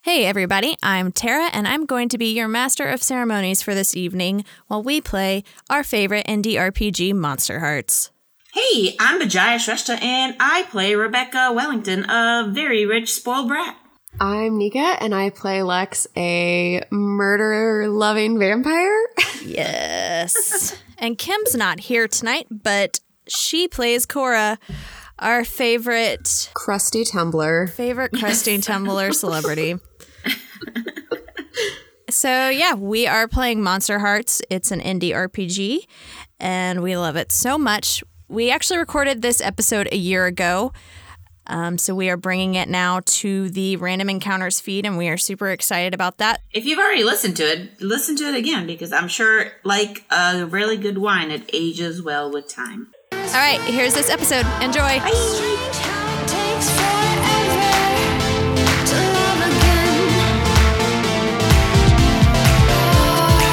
Hey, everybody, I'm Tara, and I'm going to be your master of ceremonies for this evening while we play our favorite indie RPG, Monster Hearts. Hey, I'm Bajaya Shrestha, and I play Rebecca Wellington, a very rich, spoiled brat. I'm Nika, and I play Lex, a murder-loving vampire. Yes. and Kim's not here tonight, but she plays Cora, our favorite, Crusty Tumblr. favorite crusty tumbler celebrity. so, yeah, we are playing Monster Hearts. It's an indie RPG, and we love it so much. We actually recorded this episode a year ago. Um, so we are bringing it now to the random encounters feed, and we are super excited about that. If you've already listened to it, listen to it again because I'm sure, like a really good wine, it ages well with time. All right, here's this episode. Enjoy. Strange how it takes forever to love again. Oh.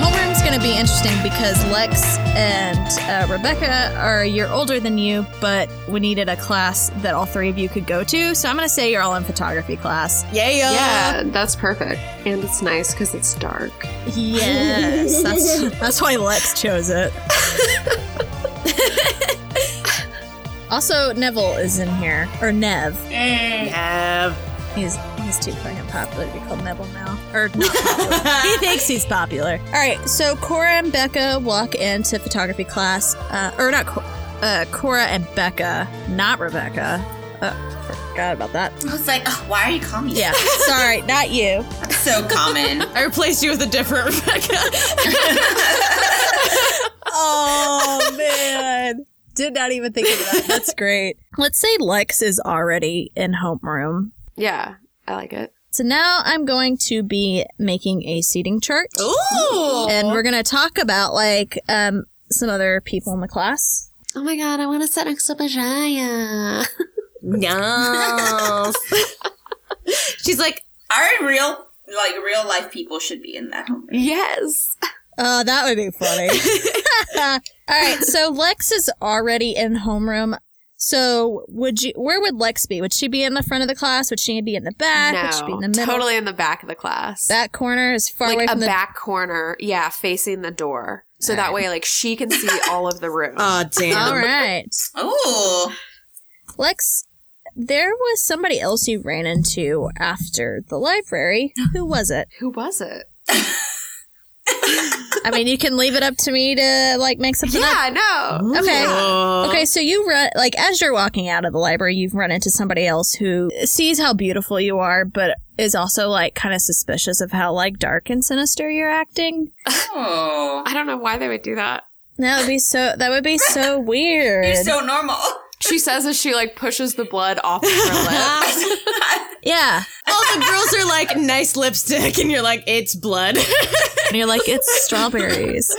Homeroom's going to be interesting because Lex and uh, Rebecca are a year older than you, but we needed a class that all three of you could go to. So I'm going to say you're all in photography class. Yeah. yeah, that's perfect, and it's nice because it's dark. Yes. that's, that's why Lex chose it. also, Neville is in here, or Nev. He's he's too fucking popular to be called Neville now. Or not popular. he thinks he's popular. All right, so Cora and Becca walk into photography class. Uh, or not, Co- uh, Cora and Becca, not Rebecca. Uh, forgot about that. I was like, oh, why are you calling me? Yeah, sorry, not you. so common. I replaced you with a different Rebecca. Oh man. Did not even think of that. That's great. Let's say Lex is already in homeroom. Yeah, I like it. So now I'm going to be making a seating chart. And we're going to talk about like um, some other people in the class. Oh my god, I want to sit next to Bajaya. No. She's like, Our real, like real life people should be in that home. yes. Oh, that would be funny. All right, so Lex is already in homeroom. So would you? Where would Lex be? Would she be in the front of the class? Would she be in the back? would she be in the middle? totally in the back of the class. That corner is far away like a from the back corner. Yeah, facing the door. So that way, like, she can see all of the room. oh, All damn. right. Oh, Lex, there was somebody else you ran into after the library. Who was it? Who was it? I mean, you can leave it up to me to like make something up. Yeah, no. Okay. Oh. Okay, so you run like as you're walking out of the library, you've run into somebody else who sees how beautiful you are, but is also like kind of suspicious of how like dark and sinister you're acting. oh, I don't know why they would do that. That would be so. That would be so weird. normal. She says as she like pushes the blood off of her lip. yeah, All the girls are like, nice lipstick. And you're like, it's blood. and you're like, it's strawberries.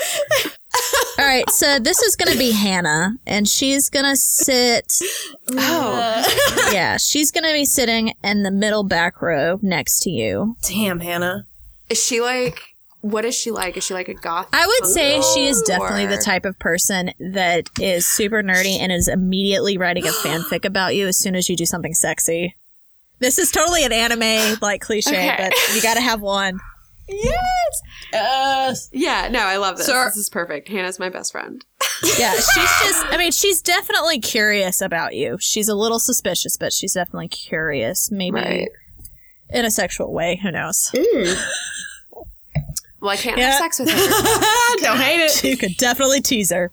All right, so this is gonna be Hannah, and she's gonna sit. oh, Yeah, she's gonna be sitting in the middle back row next to you. Damn, Hannah. is she like? What is she like? Is she like a goth? I would say she is Or- definitely the type of person that is super nerdy and is immediately writing a fanfic about you as soon as you do something sexy. This is totally an anime like cliche, Okay. but you gotta have one. Yeah, no, I love this. So- this is perfect. Hannah's my best friend. Yeah, she's just I mean, she's definitely curious about you. She's a little suspicious, but she's definitely curious, maybe Right. in a sexual way, who knows. Well, I can't Yeah. have sex with her, Don't hate it. You could definitely tease her.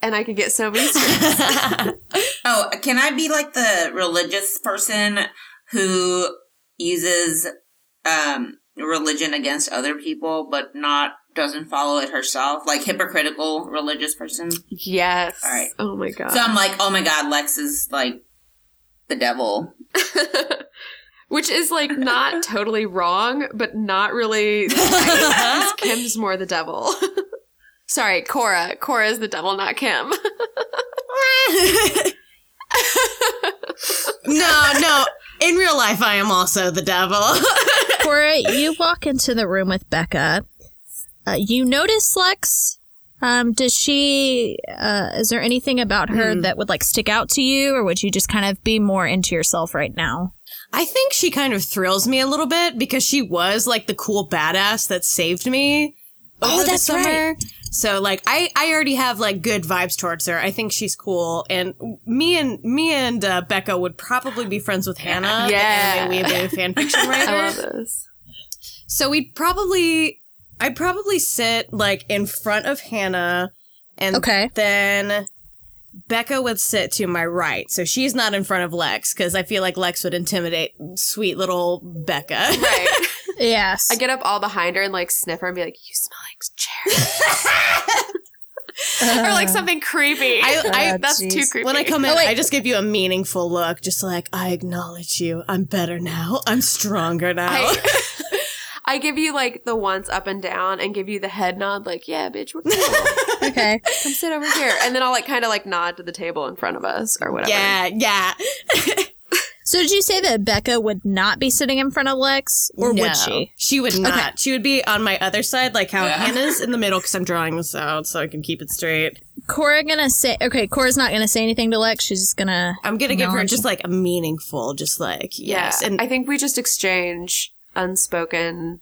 and I could get so many. straight- Oh, can I be like the religious person who uses um, religion against other people, but not doesn't follow it herself, like hypocritical religious person? yes. All right. Oh my god. So I'm like, oh my god, Lex is like the devil. Which is like not totally wrong, but not really. because Kim's more the devil. Sorry, Cora. Cora is the devil, not Kim. no, no. In real life, I am also the devil. Cora, you walk into the room with Becca, Uh, you notice Lex. Um, does she? Uh, is there anything about her Hmm. that would like stick out to you, or would you just kind of be more into yourself right now? I think she kind of thrills me a little bit because she was like the cool badass that saved me. Oh, over the that's summer. right. So like I, I already have like good vibes towards her. I think she's cool, and me and me and uh, Becca would probably be friends with Hannah, Yeah. the anime weeaboo fanfiction I writer. love this. So we'd probably, I'd probably sit like in front of Hannah, and Okay. then Becca would sit to my right. So she's not in front of Lex because I feel like Lex would intimidate sweet little Becca. Right. Yes. I get up all behind her and like sniff her and be like, "You smell like cherry," or like something creepy. I- I- that's too jeez. creepy. When I come in, Oh, wait. I just give you a meaningful look, just like I acknowledge you. I'm better now. I'm stronger now. I, I give you like the once up and down and give you the head nod, like, "Yeah, bitch, we're cool. okay. come sit over here," and then I'll like kind of like nod to the table in front of us or whatever. yeah, yeah. So did you say that Becca would not be sitting in front of Lex, or No, would she? She would not. She would be on my other side, like how Hannah's in the middle, because I'm drawing this out so I can keep it straight. Cora gonna say okay. Cora's not gonna say anything to Lex. She's just gonna. I'm gonna give her Acknowledge. just like a meaningful, just like Yeah. yes, and I think we just exchange unspoken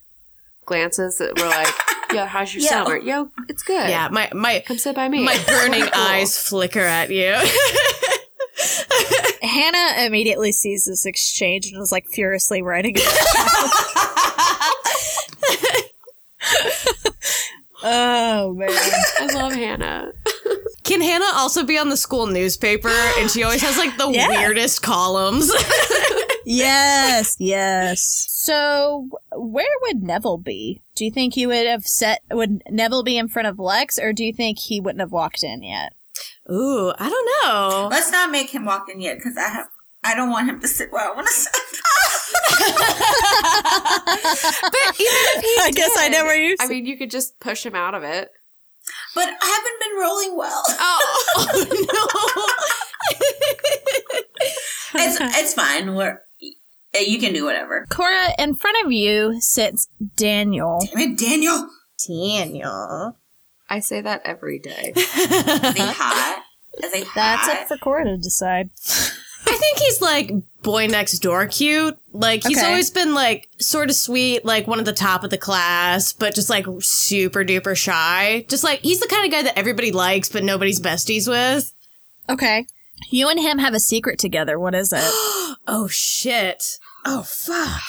glances that were like, "Yo, how's your summer? Yo, it's good. yeah, my my come sit by me." my burning Cool. eyes flicker at you. Hannah immediately sees this exchange and is like furiously writing it. oh man. I love Hannah. Can Hannah also be on the school newspaper? And she always has like the Yeah. weirdest columns. Yes, yes. So, where would Neville be? Do you think he would have set? Would Neville be in front of Lex, or do you think he wouldn't have walked in yet? Ooh, I don't know. Let's not make him walk in yet because I have. I don't want him to sit where I want to sit. I guess I know where you. I mean, you could just push him out of it. But I haven't been rolling well. Oh, It's it's fine. We're eh, you can do whatever. Cora, in front of you sits Daniel. I mean, Daniel, Daniel. I say that every day. is he hot? Is he That's hot? up for Cora to decide. I think he's like boy next door cute. Like he's Okay. always been like sort of sweet, like one of the top of the class, but just like super duper shy. Just like he's the kind of guy that everybody likes but nobody's besties with. Okay. You and him have a secret together. What is it? Oh shit. Oh fuck.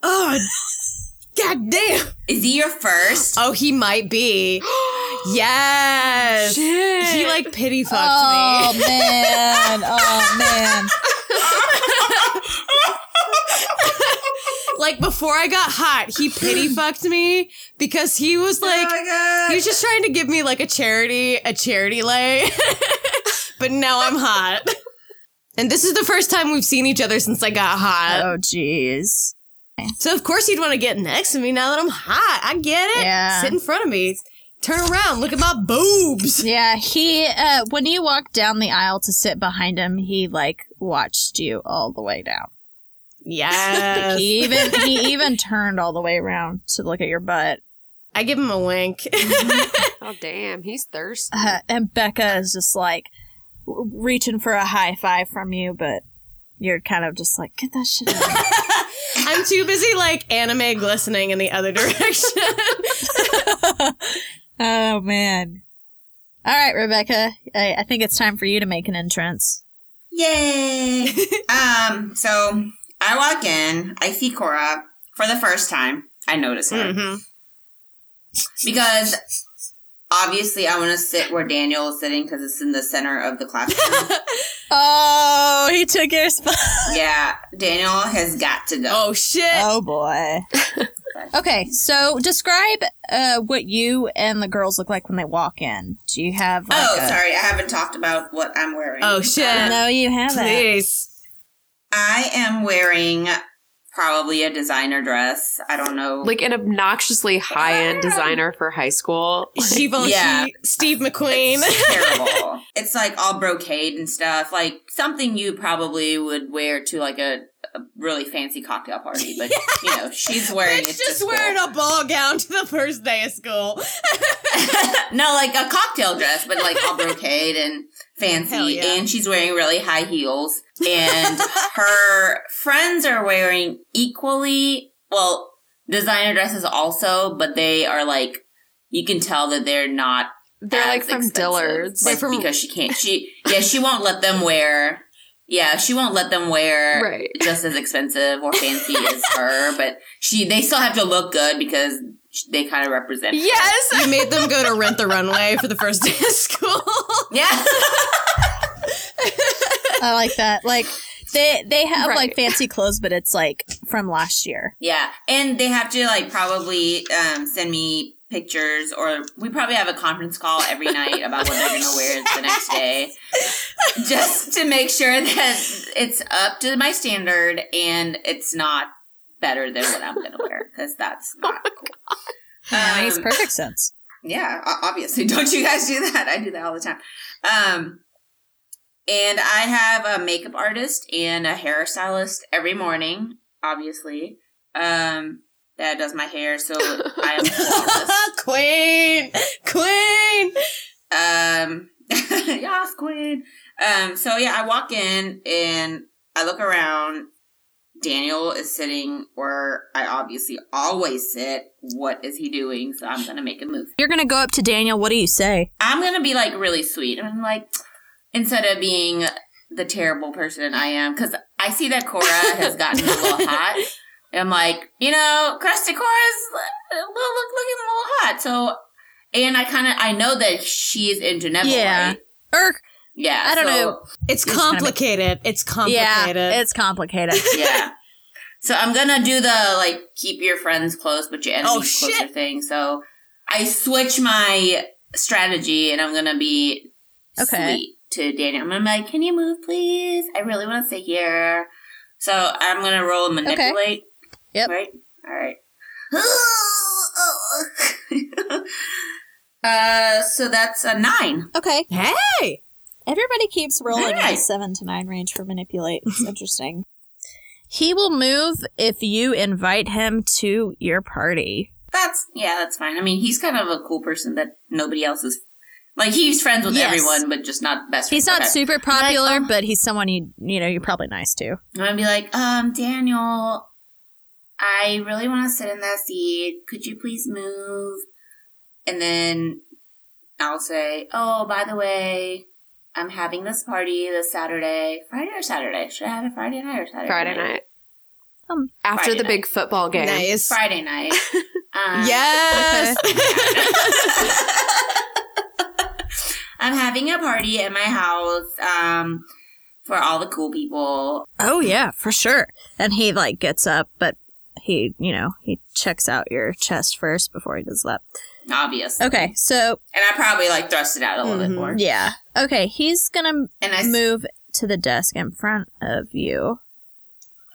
Oh god damn. Is he your first? Oh, he might be. yes. He like pity fucked Oh. me. man! Oh man! Like before I got hot, he pity fucked me because he was like Oh my He was just trying to give me like a charity, a charity lay. but now I'm hot. And this is the first time we've seen each other since I got hot. Oh jeez. So of course you'd want to get next to me now that I'm hot. I get it. Yeah. Sit in front of me. Turn around. Look at my boobs. Yeah, he uh when you walked down the aisle to sit behind him, he like watched you all the way down. Yes. He even he even turned all the way around to look at your butt. I give him a wink. Oh, damn. He's thirsty. Uh, and Becca is just like w- reaching for a high five from you, but you're kind of just like get that shit. Out. of I'm too busy like anime glistening in the other direction. me." oh man. All right, Rebecca. I, I think it's time for you to make an entrance. Yay! um, so I walk in, I see Cora for the first time. I notice her Mhm. because obviously I want to sit where Daniel is sitting because it's in the center of the classroom. Oh, he took your spot. yeah, Daniel has got to go. Oh shit. Oh boy. okay, so describe uh, what you and the girls look like when they walk in. Do you have? Like, Oh, a- sorry, I haven't talked about what I'm wearing. Oh shit. No, you haven't. Please. I am wearing probably a designer dress. I don't know. Like an obnoxiously high end designer for high school. Shivo, Yeah. Steve McQueen. It's terrible. It's like all brocade and stuff. Like something you probably would wear to like a a really fancy cocktail party, but you know she's wearing it. It's to just school. wearing a ball gown to the first day of school. no, like a cocktail dress, but like all brocade and Hell fancy. yeah. And she's wearing really high heels. And her friends are wearing equally, well, designer dresses also, but they are like, you can tell that they're not. They're as like from expensive. Dillard's. Like, because she can't, she, yeah, she won't let them wear. Yeah, she won't let them wear Right. just as expensive or fancy as her, but she they still have to look good because they kind of represent. her. Yes. You made them go to rent the runway for the first day of school. Yeah. I like that. Like they they have Right. like fancy clothes, but it's like from last year. Yeah, and they have to like probably um, send me pictures, or we probably have a conference call every night about what they're gonna wear the next day, just to make sure that it's up to my standard and it's not better than what I'm gonna wear because that's not cool. Yeah, makes Um, perfect sense. yeah, o- obviously. Don't you guys do that? I do that all the time. Um, and I have a makeup artist and a hairstylist every morning, obviously, um, that does my hair. So I am flawless. queen, queen. Um, yes, queen. Um, so yeah, I walk in and I look around. Daniel is sitting where I obviously always sit. What is he doing? So I'm gonna make a move. You're gonna go up to Daniel. What do you say? I'm gonna be like really sweet. I'm like, instead of being the terrible person I am, because I see that Cora has gotten a little hot. And I'm like, you know, Crusty Cora's a little, look, looking a little hot. So, and I kind of, I know that she's into Neville. Yeah. right? Or Yeah. I don't so- know. It's kinda make- complicated. It's yeah, complicated. it's complicated. Yeah. So I'm gonna do the like keep your friends close but your enemies Oh, closer shit. thing. So I switch my strategy and I'm gonna be Okay. sweet to Daniel. I'm gonna be like, "Can you move, please? I really want to stay here." So I'm gonna roll manipulate. Yep. Right. All right. uh, so that's a nine. okay. hey, Everybody keeps rolling in the Nice. seven to nine range for manipulate. It's interesting. He will move if you invite him to your party. That's yeah, that's fine. I mean, he's kind of a cool person that nobody else is. Like he's friends with Yes. everyone, but just not best. He's friends. not Okay. super popular, Like, um, but he's someone you you know you're probably nice to. I'm gonna be like, um, Daniel, I really want to sit in that seat. Could you please move? And then I'll say, oh, by the way, I'm having this party this Saturday, Friday or Saturday. Should I have it Friday night or Saturday? Friday night. Um, After Friday the big football game. nice. Friday night. Um, Yes. I'm having a party at my house. Um, for all the cool people. Oh yeah, for sure. And he like gets up, but he you know he checks out your chest first before he does that. Obvious. Okay, so And I probably like thrust it out a little bit more. yeah, okay, he's gonna And I s- move to the desk in front of you.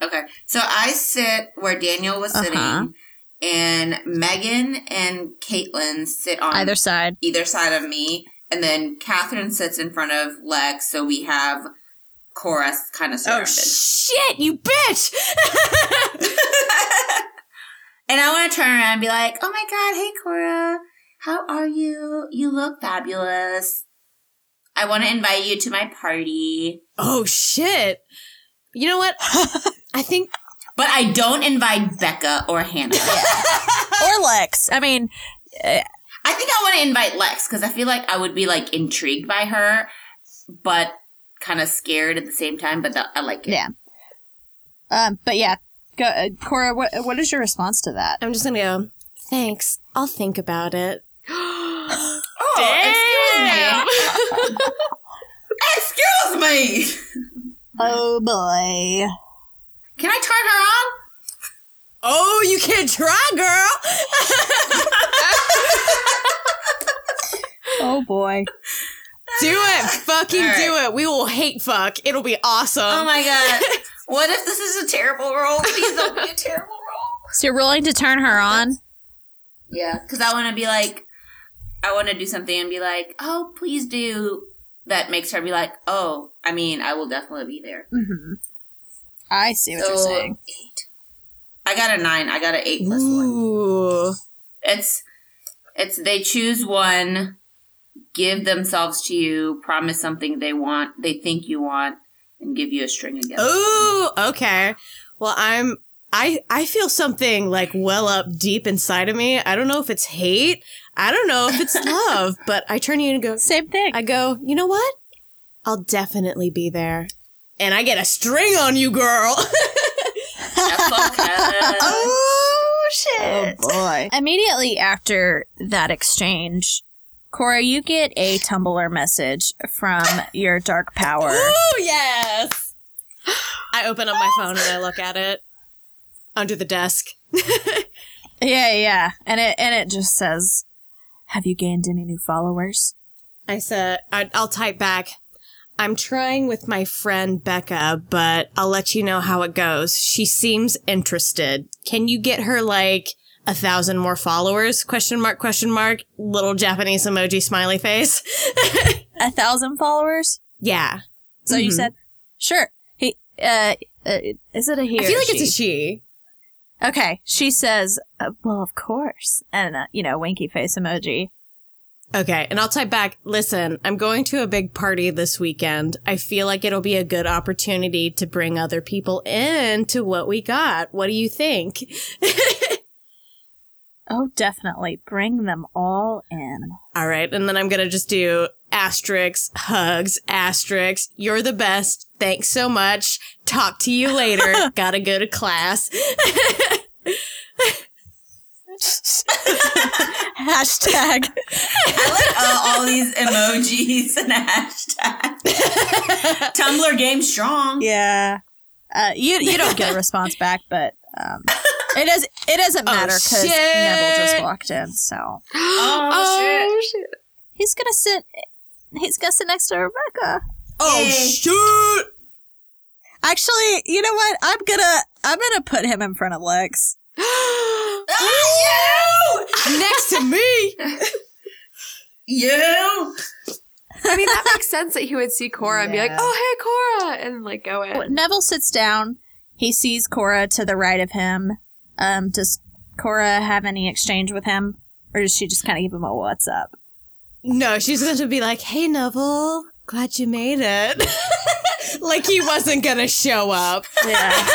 Okay. So I sit where Daniel was Uh-huh. sitting, and Megan and Caitlin sit on Either side. either side of me, and then Catherine sits in front of Lex. So we have Cora kind Oh, of surrounded. Oh, Shit, you bitch. and I want to turn around and be like, "Oh my god, hey Cora, how are you? You look fabulous. I want to invite you to my party." Oh shit. You know what? I think But I don't invite Becca or Hannah. or Lex. I mean, I think I want to invite Lex because I feel like I would be like intrigued by her, but kind of scared at the same time. But the- I like it. Yeah. um, but yeah, go, uh, Cora. What what is your response to that? I'm just gonna go. Thanks. I'll think about it. Oh, excuse me. Excuse me. Oh boy. Can I turn her on? Oh, you can try, girl. Oh boy. Do it. Fucking All right. do it. We will hate fuck. It'll be awesome. Oh my god. what if this is a terrible role? Please don't be a terrible role. So you're willing to turn her on? Yeah, because I want to be like, I want to do something and be like, oh, please do. That makes her be like, oh, I mean, I will definitely be there. Mm-hmm. I see what you're So, saying. eight. I got a nine. I got an Oh eight plus one. Ooh. It's it's they choose one, give themselves to you, promise something they want, they think you want, and give you a string again. Ooh, okay. Well, I'm I I feel something like well up deep inside of me. I don't know if it's hate. I don't know if it's love, but I turn to you and go Same thing. I go, "You know what? I'll definitely be there." And I get a string on you, girl. oh, oh shit. boy. Immediately after that exchange, Cora, you get a Tumblr message from your dark power. Ooh, yes. I open up my phone and I look at it under the desk. Yeah, yeah. And it and it just says, "Have you gained any new followers?" I said, I, I'll type back. I'm trying with my friend Becca, but I'll let you know how it goes. She seems interested. Can you get her like a thousand more followers? Question mark, question mark, little Japanese emoji smiley face. A thousand followers. Yeah. So Mm-hmm. you said, "Sure." He, uh, uh, is it a he? I or feel like she? it's a she. Okay, she says, uh, "Well, of course," and uh, you know, winky face emoji. Okay. And I'll type back, listen, I'm going to a big party this weekend. I feel like it'll be a good opportunity to bring other people in to what we got. What do you think? Oh, definitely bring them all in. All right. And then I'm going to just do asterisks, hugs, asterisks. You're the best. Thanks so much. Talk to you later. Gotta go to class. Hashtag. all these emojis and hashtags. Tumblr game strong. yeah. Uh, you you don't get a response back, but um, it does it doesn't Oh, matter because shit. Neville just walked in, so Oh, shit. he's gonna sit. He's gonna sit next to Rebecca. Oh, Yay. shoot. Actually, you know what? I'm gonna I'm gonna put him in front of Lex. Ah, Next to me. You I mean, that makes sense that he would see Cora and be like, Yeah. "Oh, hey, Cora," and like go But in. Neville sits down. He sees Cora to the right of him. Um, does Cora have any exchange with him, or does she just kind of give him a "What's up"? No, she's going to be like, hey, Neville, glad you made it. like he wasn't going to show up. Yeah.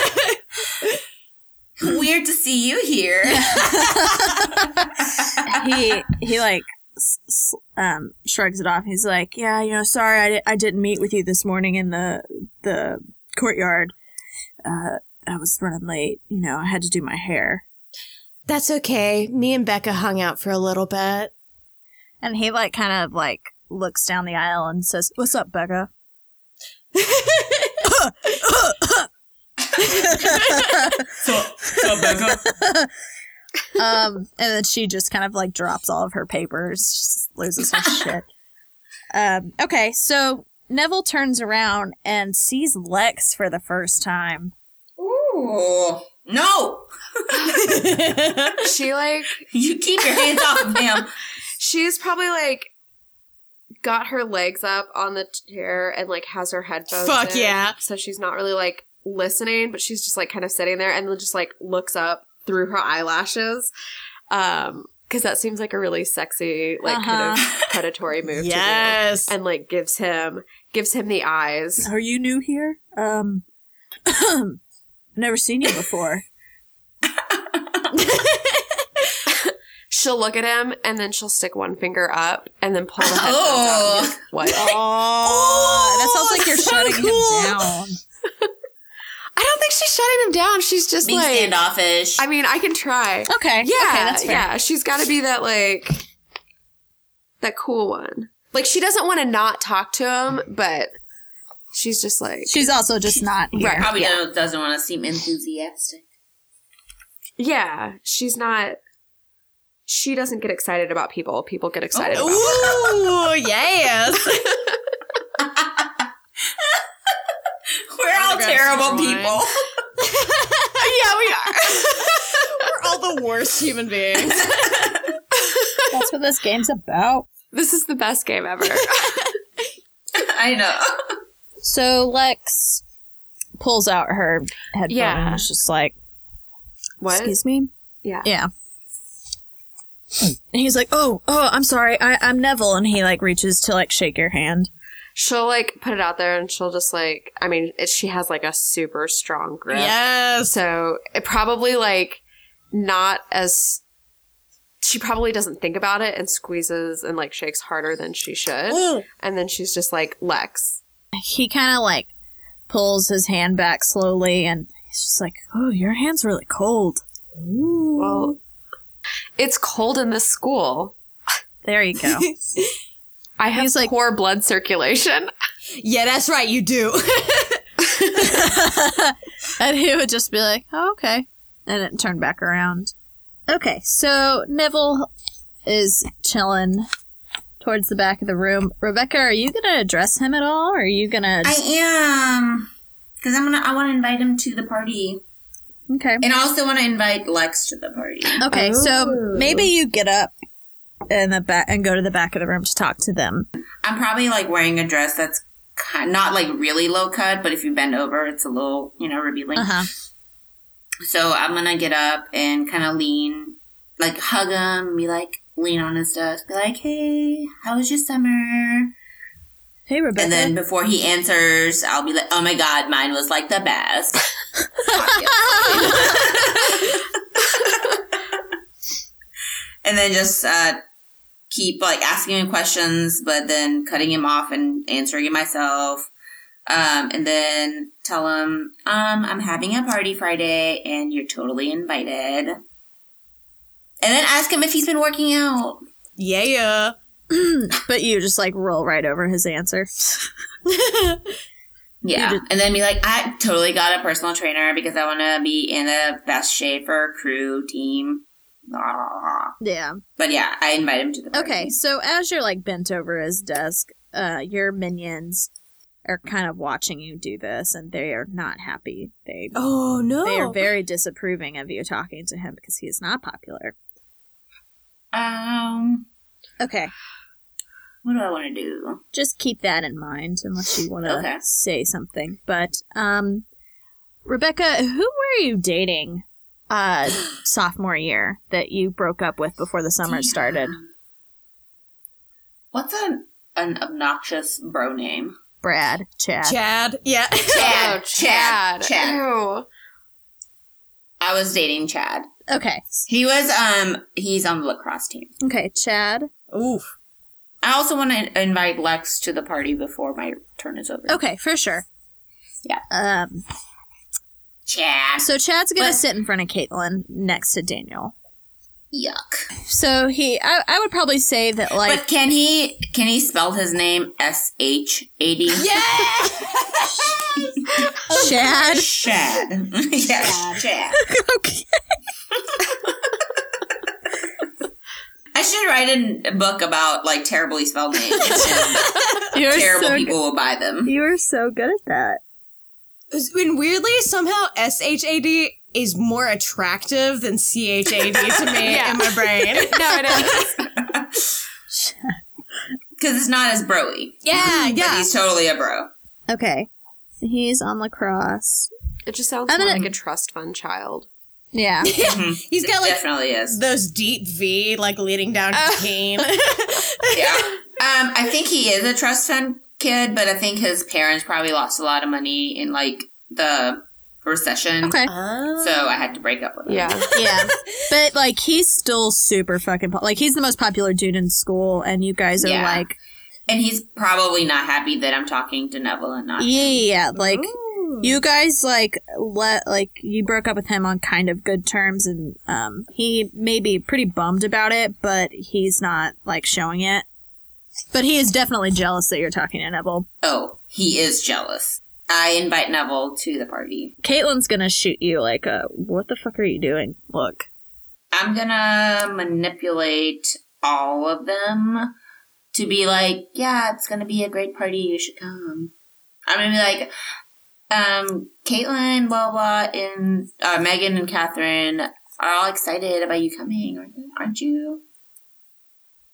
weird to see you here. he he like s- s- um shrugs it off. He's like, yeah, you know, sorry, I, di- I didn't meet with you this morning in the the courtyard. Uh, I was running late. You know, I had to do my hair. That's okay. Me and Becca hung out for a little bit. And he like kind of like looks down the aisle and says, "What's up, Becca?" so, so Becca. um, and then she just kind of like drops all of her papers, just loses her shit. Um, okay, so Neville turns around and sees Lex for the first time. Ooh. No, She like you keep your hands off of him. she's probably like got her legs up on the chair and like has her headphones. Fuck in. yeah. So she's not really like listening, but she's just like kind of sitting there and then just like looks up through her eyelashes. Um, because that seems like a really sexy, like kind of predatory move to yes. do. And like gives him gives him the eyes. Are you new here? Um, never seen you before. She'll look at him and then she'll stick one finger up and then pull the headphones out. And Oh, be like, what? Oh, that sounds like you're so shutting cool. him down. I don't think she's shutting him down. She's just being like, standoffish. I mean, I can try. Okay, Yeah, okay, that's fair. yeah. She's got to be that like that cool one. Like she doesn't want to not talk to him, but she's just like, She's also just not here. Right. Probably don't- doesn't want to seem enthusiastic. yeah, she's not. She doesn't get excited about people. People get excited. about Ooh, yes. We're all terrible people. yeah, we are. We're all the worst human beings. That's what this game's about. This is the best game ever. I know. So Lex pulls out her headphone Yeah. and is just like, What? "Excuse me." yeah. Yeah. And he's like, "Oh, oh, I'm sorry. I, I'm Neville." And he like reaches to like shake your hand. She'll like put it out there and she'll just like, I mean, it, she has like a super strong grip. Yes. So it probably like not as, she probably doesn't think about it and squeezes and like shakes harder than she should. Mm. And then she's just like, Lex. He kind of like pulls his hand back slowly, and he's just like, "Oh, your hand's really cold." Ooh. Well, it's cold in this school. there you go. I have He's like- poor blood circulation. Yeah, that's right. You do. and he would just be like, oh, okay. And it turned back around. Okay, so Neville is chilling towards the back of the room. Rebecca, are you going to address him at all? Or are you going to. I am. Because I'm gonna, I want to invite him to the party, Okay. and I also want to invite Lex to the party. Okay, so Oh. maybe you get up in the back and go to the back of the room to talk to them. I'm probably like wearing a dress that's ki not like really low cut, but if you bend over, it's a little you know revealing. Uh huh. So I'm gonna get up and kind of lean, like hug him, be like lean on his desk, be like, "Hey, how was your summer?" Hey, Rebecca. And then before he answers, I'll be like, "Oh my god, mine was like the best." and then just uh, keep like asking him questions, but then cutting him off and answering it myself. Um, and then tell him, um, I'm having a party Friday and you're totally invited. And then ask him if he's been working out. yeah, yeah. but you just like roll right over his answer. Yeah. And then be like, I totally got a personal trainer because I want to be in the best shape for crew, team. Blah, blah, blah. yeah. But yeah, I invite him to the party. Okay, so as you're like bent over his desk, uh, your minions are kind of watching you do this, and they are not happy. They Oh no. they are very disapproving of you talking to him because he is not popular. Um, Okay, what do I want to do? just keep that in mind unless you want to Okay. say something. But um, Rebecca, who were you dating? Uh, sophomore year that you broke up with before the summer started. What's an an obnoxious bro name? Brad, Chad. Chad. Yeah. Oh, Chad. Chad. Ew. I was dating Chad. Okay, He was um he's on the lacrosse team. okay, Chad. Oof. I also want to invite Lex to the party before my turn is over. Okay, for sure. Yeah. Um, Chad. so Chad's gonna But- sit in front of Caitlin next to Daniel. Yuck. So he, I, I would probably say that like but can he can he spell his name S H A D? Chad. Chad. yes, Chad. okay. I should write a book about like terribly spelled names. You're Terrible so people will buy them. Good. You are so good at that. And weirdly, somehow S H A D is more attractive than C H A D to me Yeah. in my brain. No, it is. Because it's not as broy. yeah. But Yeah. he's totally a bro. Okay. He's on lacrosse. It just sounds I'm more gonna- like a trust fund child. Yeah. He's got like Definitely is. those deep V like leading down to pain. yeah. Um, I think he is a trust fund kid, but I think his parents probably lost a lot of money in like the recession. Okay. So I had to break up with him. Yeah. uh, yeah. But like he's still super fucking po- like he's the most popular dude in school, and you guys are Yeah. like And he's probably not happy that I'm talking to Neville and not. yeah, yeah, yeah. like. You guys like let like you broke up with him on kind of good terms, and um, he may be pretty bummed about it, but he's not like showing it. But he is definitely jealous that you're talking to Neville. Oh, he is jealous. I invite Neville to the party. Caitlin's gonna shoot you like a "What the fuck are you doing?" Look, I'm gonna manipulate all of them to be like, yeah, it's gonna be a great party. You should come. I'm gonna be like, um, Caitlin, blah blah, and uh, Megan and Catherine are all excited about you coming, aren't- aren't you?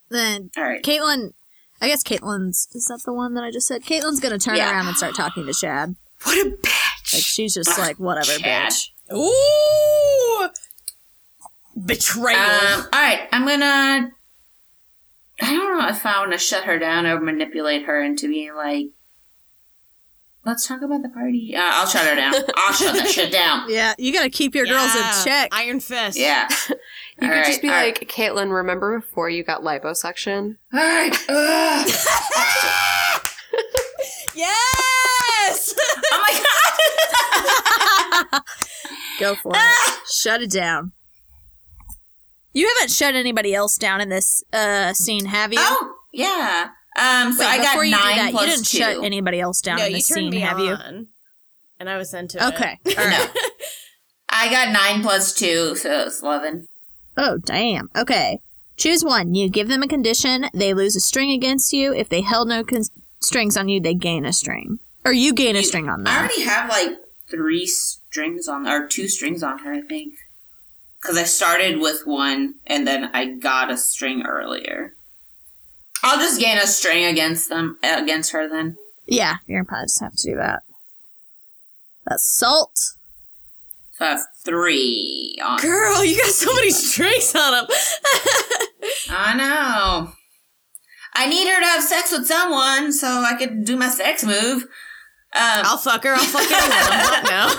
then All right. Caitlin. I guess Caitlin's is that the one that I just said. Caitlin's gonna turn Yeah. around and start talking to Chad. What a bitch. Like she's just like whatever, Chad. bitch. Ooh, betrayal. Um, all right, I'm gonna. I don't know if I want to shut her down or manipulate her into being like, "Let's talk about the party." Uh, I'll shut her down. I'll shut that shit down. Yeah, you gotta keep your girls in check. Iron fist. Yeah. You could All just right, be all like, Caitlin, remember before you got liposuction? All right. Ugh. Yes. Oh my god. Go for Ah! it. Shut it down. You haven't shut anybody else down in this uh, scene, have you? Oh yeah. Um. So Wait, I got before nine you do that, plus you didn't two. shut anybody else down no, in you this turned scene, me have you? on, and I was into it. Okay. All right. No. I got nine plus two, so it's eleven. Oh, damn. Okay. Choose one. You give them a condition, they lose a string against you. If they held no con- strings on you, they gain a string. Or you gain a string on I them. already have like three strings on, or two strings on her, I think. Because I started with one and then I got a string earlier. I'll just gain a string against them, uh, against her then. Yeah, you're gonna probably just have to do that. That's salt. So I have three on Girl, you got so many strings on them. I know. I need her to have sex with someone so I could do my sex move. Um, I'll fuck her. I'll fuck anyone. No.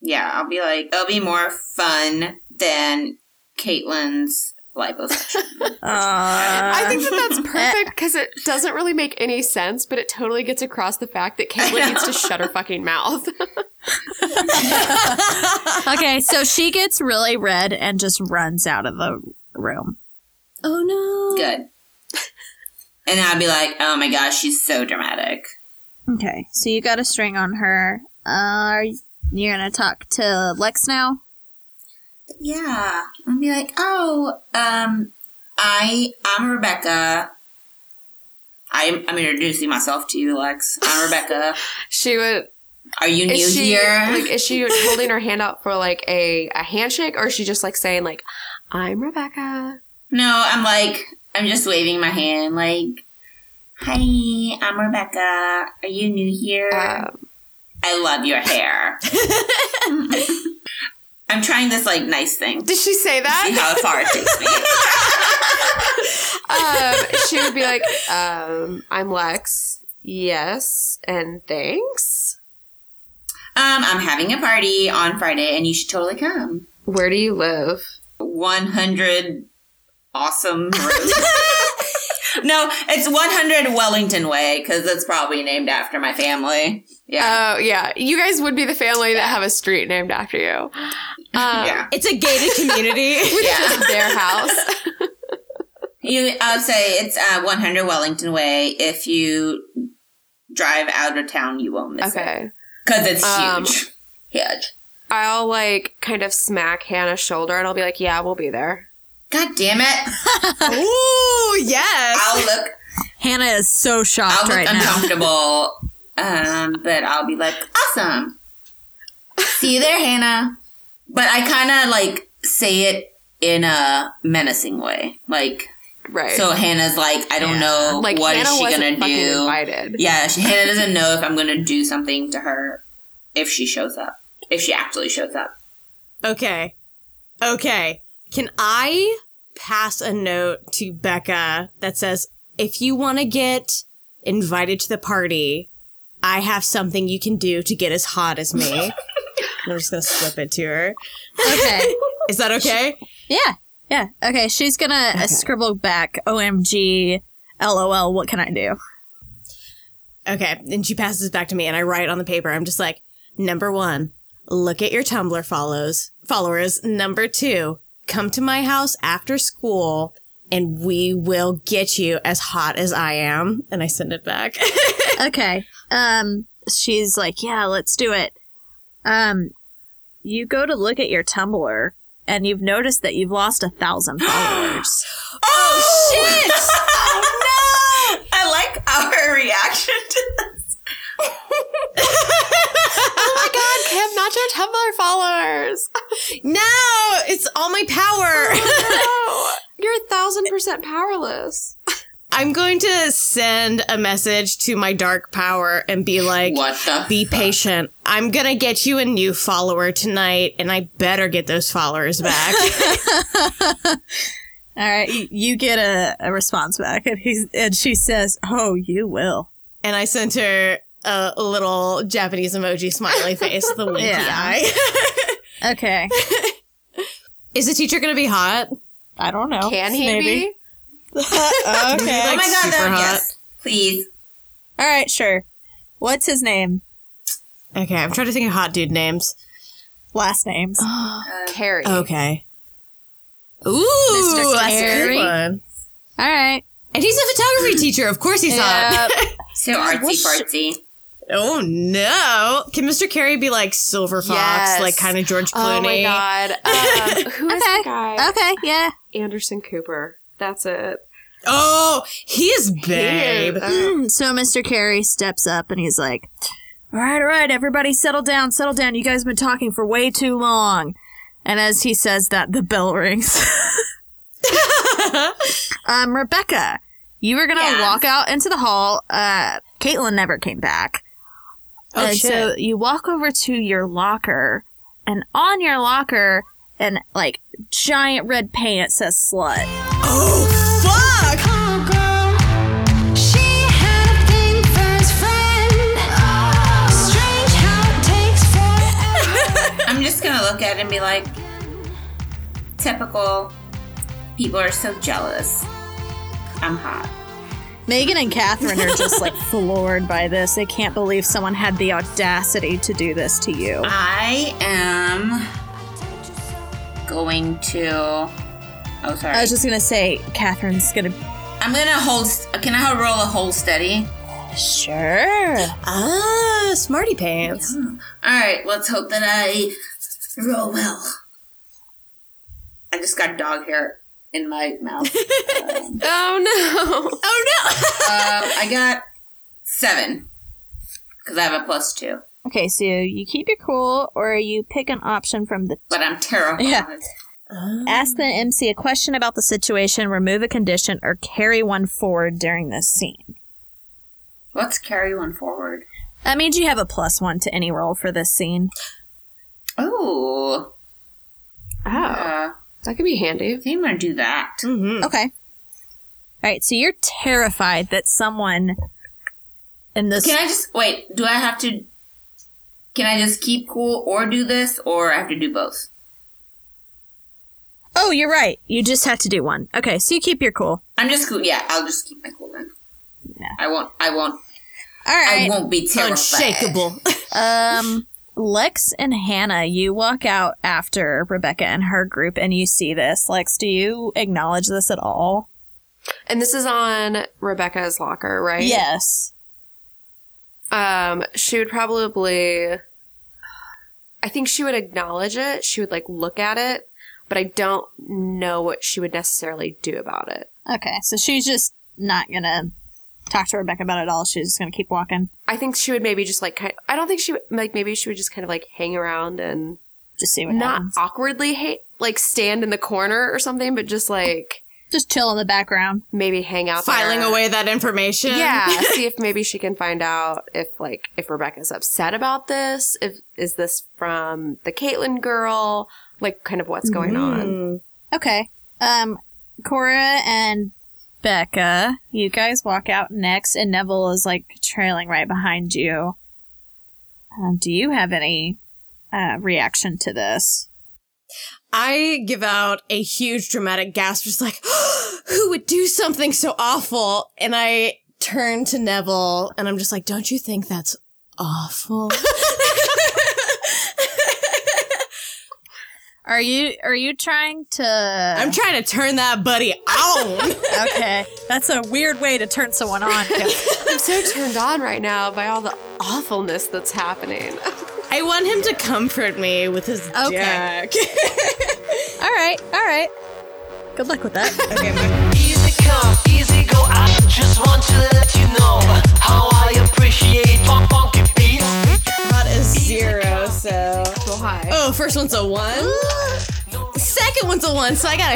yeah, I'll be like, it'll be more fun than Caitlyn's liposuction. Uh, I I think that that's perfect because it doesn't really make any sense, but it totally gets across the fact that Caitlin needs to shut her fucking mouth. okay, so she gets really red and just runs out of the room. Oh no. Good. And I'd be like, oh my gosh, she's so dramatic. Okay, so you got a string on her. Uh, are you, you're gonna talk to Lex now? Yeah. I'd be like, oh, um, I, I'm Rebecca. I'm, I'm introducing myself to you, Lex. I'm Rebecca. She would. Are you new Is she here? like? Is she holding her hand out for like a a handshake, or is she just like saying like, "I'm Rebecca"? no, I'm like, I'm just waving my hand, like, hi, I'm Rebecca. Are you new here? Um, I love your hair. I'm trying this, like, nice thing. did she say See that? how far it takes me. um, she would be like, um, "I'm Lex." Yes, and thanks. Um, I'm having a party on Friday, and you should totally come. Where do you live? One hundred awesome. roads. no, it's one hundred Wellington Way because it's probably named after my family. Yeah, Oh yeah, you guys would be the family that have a street named after you. Um, yeah. It's a gated community. Which is their house. You, I'd say it's uh, one hundred Wellington Way. If you drive out of town, you won't miss it Okay. because it's Um, huge. Huge. I'll like kind of smack Hannah's shoulder and I'll be like, yeah, we'll be there. God damn it! Ooh, yes. I'll look. Hannah is so I'll shocked look right now. uncomfortable, um, but I'll be like, awesome. See you there, Hannah. But I kind of like say it in a menacing way, like Right. so. Hannah's like, I don't know like what is Hannah she wasn't gonna fucking do. invited. Yeah, she, Hannah doesn't know if I'm gonna do something to her if she shows up, if she actually shows up. Okay. Okay. Can I pass a note to Becca that says, if you want to get invited to the party, I have something you can do to get as hot as me. And I'm just going to slip it to her. Okay. Is that okay? Yeah. Yeah. Okay. She's going to uh scribble back OMG, LOL, what can I do? Okay. And she passes it back to me and I write on the paper. I'm just like, number one, look at your Tumblr follows followers. Number two, come to my house after school and we will get you as hot as I am. And I send it back. Okay. Um, she's like, yeah, let's do it. Um, you go to look at your Tumblr and you've noticed that you've lost a thousand followers. Oh shit! oh no! I like our reaction to this. Oh my god, Kim, not your Tumblr followers. No, it's all my power. No. You're a thousand percent powerless. I'm going to send a message to my dark power and be like, What the? be patient. I'm going to get you a new follower tonight, and I better get those followers back. All right, you, you get a, a response back, and he's and she says, "Oh, you will." and I sent her a little Japanese emoji smiley face, the winky Yeah. eye. Okay, Is the teacher going to be hot? I don't know. Can he Maybe. Uh, be? okay. oh my god, super that, hot. yes. Please. All right, sure. What's his name? Okay, I'm trying to think of hot dude names. Last names. Carrie. Oh, Okay. Ooh, Mr. that's a Carey. good one. All right. And he's a photography teacher. Of course he's hot. So artsy fartsy. Oh no! Can Mr. Carey be like Silver Fox, Yes. like kind of George Clooney? Oh my god. Um, who is Okay. the guy? Okay. Yeah. Anderson Cooper. That's it. Oh, he is babe. Babe. Oh. so Mr. Carey steps up and he's like, All right, all right, everybody settle down, settle down. You guys have been talking for way too long. And as he says that, the bell rings. um, Rebecca, you were going to Yeah. walk out into the hall. Uh, Caitlin never came back. Oh, and shit. so you walk over to your locker, and on your locker, and like giant red paint it says slut. Oh fuck! I'm just gonna look at it and be like, typical. People are so jealous. I'm hot. Megan and Catherine are just like floored by this. They can't believe someone had the audacity to do this to you. I am going to. Oh, sorry. I was just gonna say, Catherine's gonna. I'm gonna hold. st- Can I roll a hold steady? Sure. Ah, smarty pants. All right, let's hope that I roll well. I just got dog hair in my mouth. um, Oh no. Uh, I got seven because I have a plus two, Okay, so you keep your cool, or you pick an option from the. but I'm terrified. Yeah. Ask the MC a question about the situation, remove a condition, or carry one forward during this scene. Let's carry one forward. That means you have a plus one to any roll for this scene. Oh, Oh, uh, that could be handy. I think I'm gonna do that. Mm-hmm. Okay. All right, so you're terrified that someone in this. Can I just wait? Do I have to? Can I just keep cool or do this, or I have to do both? Oh, you're right. You just have to do one. Okay, so you keep your cool. I'm just cool. Yeah, I'll just keep my cool then. Yeah. I won't. I won't. All I right. won't be terrified. Unshakable. Um, Lex and Hannah, you walk out after Rebecca and her group, and you see this. Lex, do you acknowledge this at all? And this is on Rebecca's locker, right? Yes. Um, she would probably. I think she would acknowledge it. She would like look at it, but I don't know what she would necessarily do about it. Okay, so she's just not gonna talk to Rebecca about it at all. She's just gonna keep walking, I think she would maybe just like kind. I don't think she would like maybe she would just kind of like hang around and just see what not happens. awkwardly ha- like stand in the corner or something, but just like Just chill in the background. maybe hang out Filing there. away that information. Yeah, see if maybe she can find out if like if Rebecca's upset about this. If is this from the Caitlyn girl? Like kind of what's going Hmm. on? Okay. Um, Cora and Becca, you guys walk out next, and Neville is like trailing right behind you. Um, do you have any uh, reaction to this? I give out a huge dramatic gasp, just like, who would do something so awful? And I turn to Neville and I'm just like, don't you think that's awful? Are you are you trying to? I'm trying to turn that buddy on. okay, that's a weird way to turn someone on. I'm so turned on right now by all the awfulness that's happening. I want him to comfort me with his okay. Okay. all right, all right. Good luck with that. Easy come, easy go. I just want to let you know how I appreciate fun- funky beats. Hot is zero, so. Well, hi. Oh, first one's a one. Second one's a one, so I got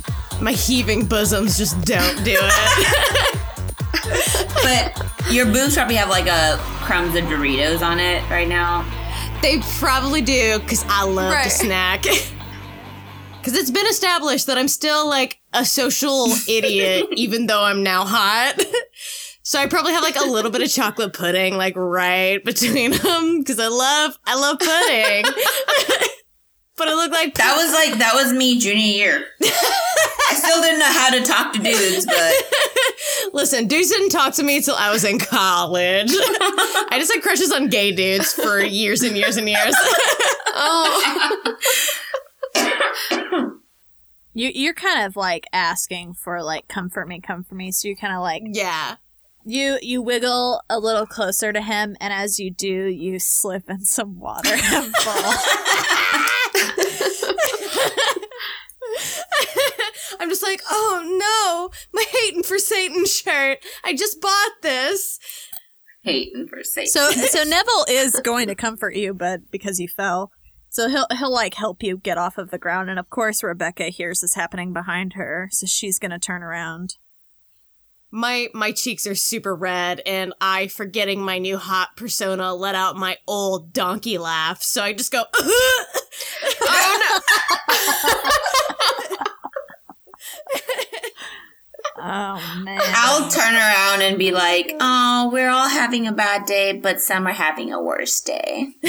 a two. My heaving bosoms just don't do it. But your boobs probably have like a crumbs of Doritos on it right now. they probably do because I love to Right. snack. Because it's been established that I'm still like a social idiot, even though I'm now hot. So I probably have like a little bit of chocolate pudding, like right between them, because I love I love pudding. but I look like That was like that was me junior year. I still didn't know how to talk to dudes, but Listen, dudes didn't talk to me till I was in college. I just had crushes on gay dudes for years and years and years. You you're kind of like asking for like comfort me, comfort me. So you kind of like yeah. you you wiggle a little closer to him, and as you do, you slip in some water and fall. I'm just like, oh no, my hating for Satan shirt. I just bought this. hating for sake. so so Neville is going to comfort you, but because you fell, so he'll he'll like help you get off of the ground. And of course, Rebecca hears this happening behind her, so she's gonna turn around. My my cheeks are super red, and I, forgetting my new hot persona, let out my old donkey laugh. So I just go, Oh man! I'll turn around and be like, "Oh, we're all having a bad day, but some are having a worse day." Ooh,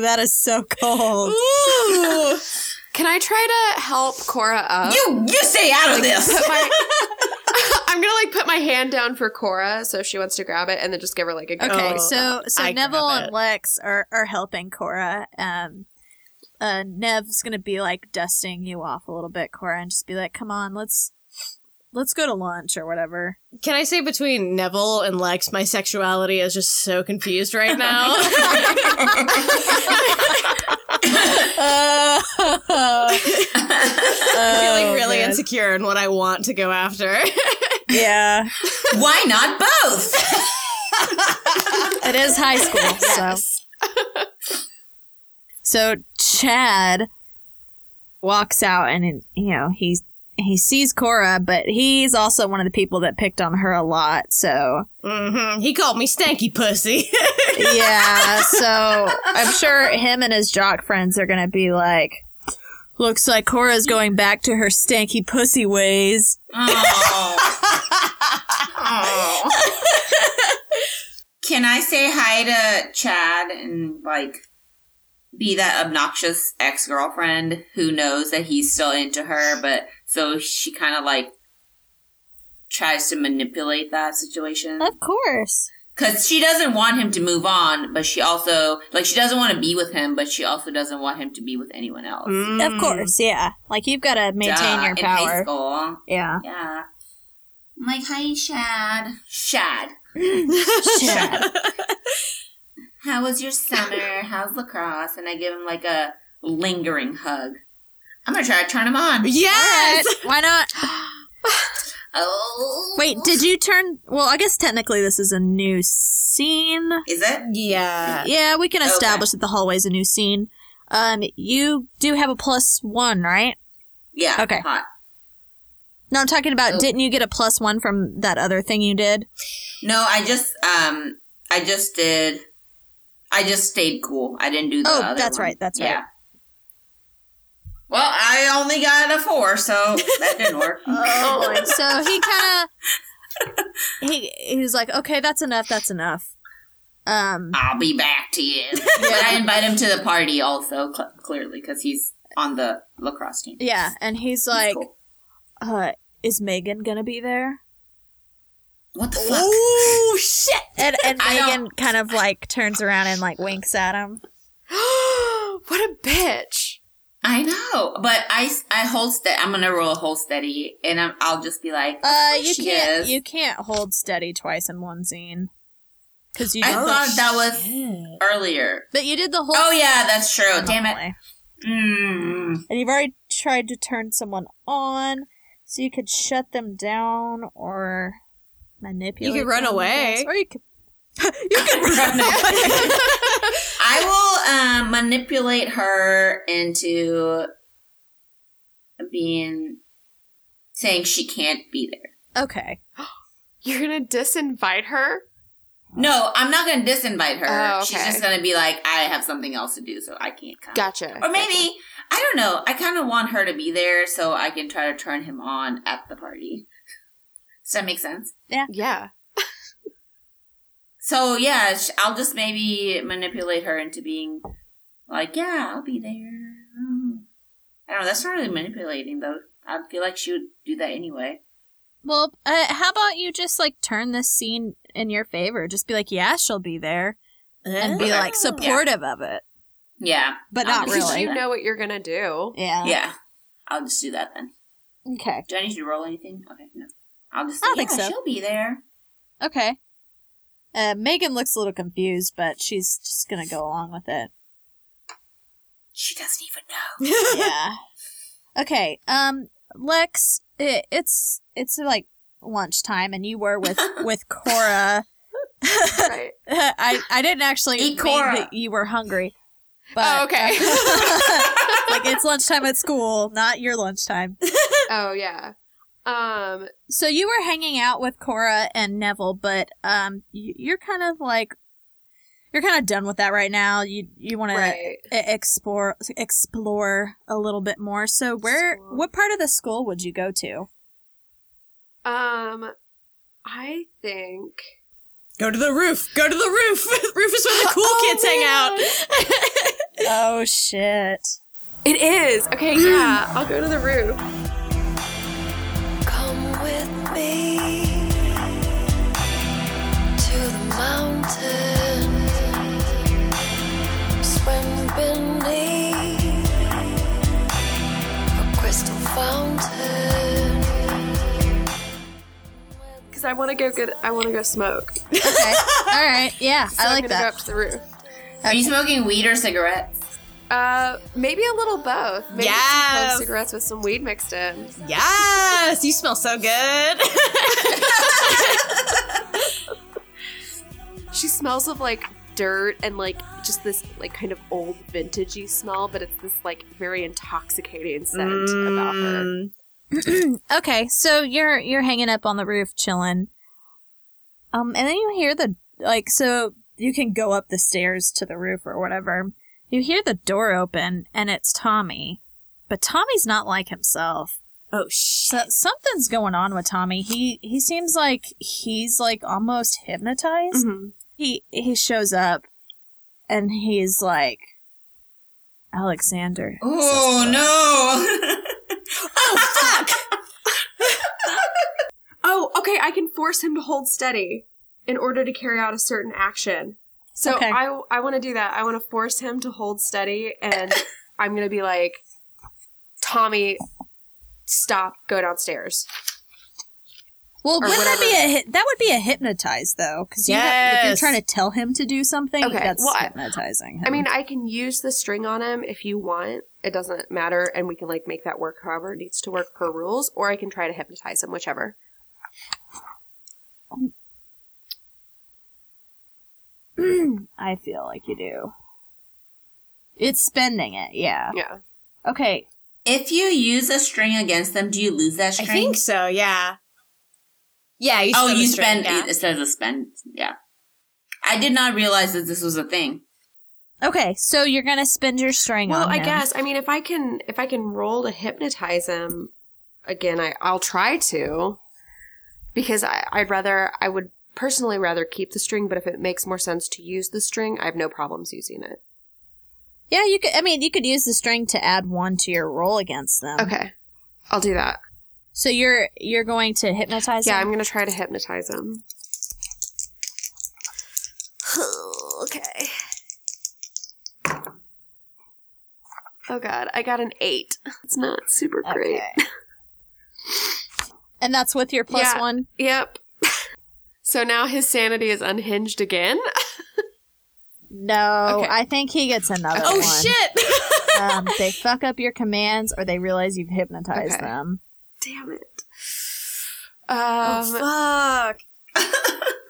that is so cold. ooh. Can I try to help Cora up? You you stay out of this. Put my- I'm gonna like put my hand down for Cora, so if she wants to grab it, and then just give her like a Okay, Oh, so so I Neville grab and it. Lex are are helping Cora. Um, uh, Nev's gonna be like dusting you off a little bit, Cora, and just be like, "Come on, let's let's go to lunch or whatever." Can I say between Neville and Lex, my sexuality is just so confused right now. Uh, Oh, feeling really insecure in what I want to go after. yeah, Why not both? it is high school, so. So Chad walks out, and you know he he sees Cora, but he's also one of the people that picked on her a lot. So hmm He called me stanky pussy. yeah, so I'm sure him and his jock friends are gonna be like, "Looks like Cora's going back to her stanky pussy ways." Oh. oh. Can I say hi to Chad and like be that obnoxious ex girlfriend who knows that he's still into her, but so she kind of like tries to manipulate that situation Of course. because she doesn't want him to move on, but she also like she doesn't want to be with him, but she also doesn't want him to be with anyone else. Of course, yeah. Like you've got to Mm. maintain Duh, your in high power. school. Yeah. Yeah. I'm like, hi, Shad. Shad. Chad. How was your summer? How's lacrosse? And I give him like a lingering hug. I'm gonna try to turn him on. Yes. Why not? Oh, Wait, did you turn? Well, I guess technically this is a new scene. is it? Yeah. Yeah, we can Okay. establish that the hallway's a new scene. Um, you do have a plus one, right? Yeah. Okay. Hot. No, I'm talking about. Oh. Didn't you get a plus one from that other thing you did? No, I just um, I just did. I just stayed cool. I didn't do the Oh, other that's one. right, that's yeah. right. Well, I only got a four, so that didn't work. so he kind of he he was like, okay, that's enough, that's enough. Um, I'll be back to you. But I invite him to the party also, cl- clearly, because he's on the lacrosse team. yeah, and he's He's like, cool. uh, is Megan gonna be there? what the fuck? Oh shit. And and I don't- Megan kind of like turns around and like winks at him. what a bitch! I know, but I I hold steady. I'm gonna roll a hold steady, and I'm, I'll just be like, Uh, you She can't is. you can't hold steady twice in one scene because you. I did the- thought that was earlier. but you did the whole. Oh yeah, that's true. scene Damn it. normally. Mm. And you've already tried to turn someone on, so you could shut them down or manipulate. You could run them, I away. guess. or you could I will um, manipulate her into being saying she can't be there. Okay. You're gonna disinvite her? No, I'm not going to disinvite her. Oh, She's okay. just going to be like, I have something else to do, so I can't come. Gotcha. Or maybe, I don't know, I kind of want her to be there so I can try to turn him on at the party. Does that make sense? Yeah. So, yeah, sh- I'll just maybe manipulate her into being like, yeah, I'll be there. I don't know, that's not really manipulating, though. I feel like she would do that anyway. Well, uh, how about you just like turn this scene in your favor? Just be like, yeah, she'll be there, and be Okay. like supportive of it, Yeah. but I'll not just Because really. do you know what you're gonna do. Yeah. Yeah. I'll just do that then. Okay. Do I need to roll anything? Okay, no. I'll just I say, don't think yeah, so. she'll be there. Okay. Uh, Megan looks a little confused, but she's just gonna go along with it. She doesn't even know. yeah. Okay. Um, Lex, it, it's it's like lunchtime, and you were with with Cora. Right. I I didn't actually Eat mean Cora. that you were hungry. Oh, But uh, okay. like it's lunchtime at school, not your lunchtime. oh yeah. Um So you were hanging out with Cora and Neville, but um, you, you're kind of like you're kind of done with that right now. You you want to right. e- explore explore a little bit more. So where Explore. what part of the school would you go to? Um I think Go to the roof. Go to the roof. roof is where the cool kids hang out. Oh shit. it is. Okay, yeah. I'll go to the roof. Come with me to the mountains. Swim beneath a crystal fountain. Because I wanna go get I wanna go smoke. Okay. All right. Yeah, So I I'm like gonna that. go up to the roof. Are you smoking weed or cigarettes? Uh, maybe a little both. Maybe some Yes. clove cigarettes with some weed mixed in. yes, you smell so good. She smells of like dirt and like just this like kind of old vintagey smell, but it's this like very intoxicating scent about her. Mm. okay, so you're you're hanging up on the roof chilling. Um and then you hear the like so you can go up the stairs to the roof or whatever. You hear the door open and it's Tommy. But Tommy's not like himself. Oh shit. So something's going on with Tommy. He he seems like he's like almost hypnotized. Mm-hmm. Mhm. He he shows up and he's like Alexander. Oh no! oh fuck! Oh, okay. I can force him to hold steady in order to carry out a certain action. So Okay. I I want to do that. I want to force him to hold steady, and I'm gonna be like, Tommy, stop, go downstairs. Well, or wouldn't that be a hy- that would be a hypnotize though? Because if you're Yes. trying to tell him to do something, Okay, that's well, I- hypnotizing. Him. I mean, I can use the string on him if you want. It doesn't matter, and we can like make that work however it needs to work per rules, or I can try to hypnotize him, whichever. I feel like you do. It's spending it, yeah. Yeah. Okay, If you use a string against them, do you lose that I string? think so. Yeah. Yeah. You oh, still have you a string, spend. yeah. It says a spend. Yeah. I did not realize that this was a thing. okay. So you're gonna spend your string well, on I him. guess I mean if I can if I can roll to hypnotize him again, I I'll try to because I I'd rather I would personally rather keep the string, but if it makes more sense to use the string, I have no problems using it. Yeah, you could. I mean, you could use the string to add one to your roll against them. Okay, I'll do that. So you're you're going to hypnotize Yeah, him. I'm gonna try to hypnotize him. okay. Oh god, I got an eight. It's not super great. Okay. and that's with your plus Yeah. one. Yep. so now his sanity is unhinged again. No, Okay. I think he gets another. Oh one. shit. um, they fuck up your commands or they realize you've hypnotized Okay. them. Damn it. Um, oh fuck.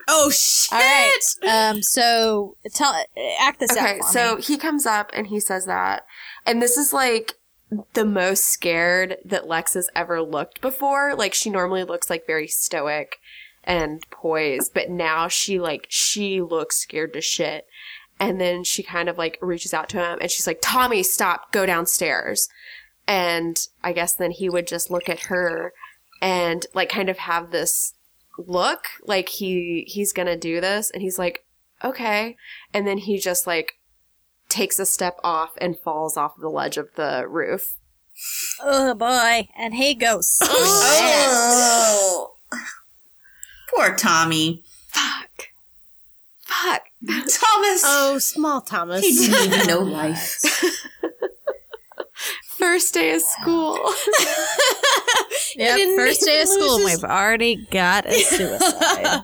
oh shit. All right. Um, so tell act this out. okay, for so me. he comes up and he says that. And this is like the most scared that Lex has ever looked before. Like she normally looks like very stoic and poised, but now she like she looks scared to shit. And then she kind of like reaches out to him and she's like, "Tommy, stop, go downstairs." And I guess then he would just look at her and like kind of have this look like he he's going to do this and he's like, "Okay." And then he just like takes a step off and falls off the ledge of the roof. Oh boy, and he goes. Oh, poor Tommy. Fuck. Fuck. Thomas. Oh, small Thomas. He didn't even know life. First day of school. Yep, didn't first day of lose school, and his- we've already got a suicide.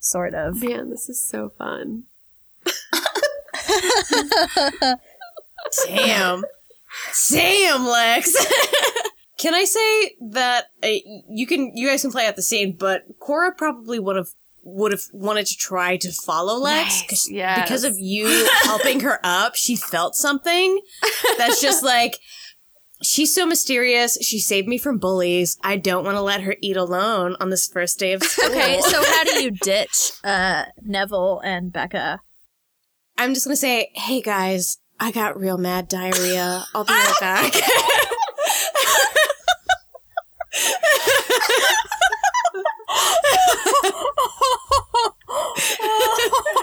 sort of. Man, this is so fun. Damn. Damn, Lex. can I say that uh, you can you guys can play out the scene, but Cora probably would have would have wanted to try to follow Lex Nice, 'cause- yes. because of you helping her up. She felt something that's just like she's so mysterious. She saved me from bullies. I don't want to let her eat alone on this first day of school. Okay, so how do you ditch uh, Neville and Becca? I'm just gonna say, hey guys, I got real mad diarrhea. I'll be right back.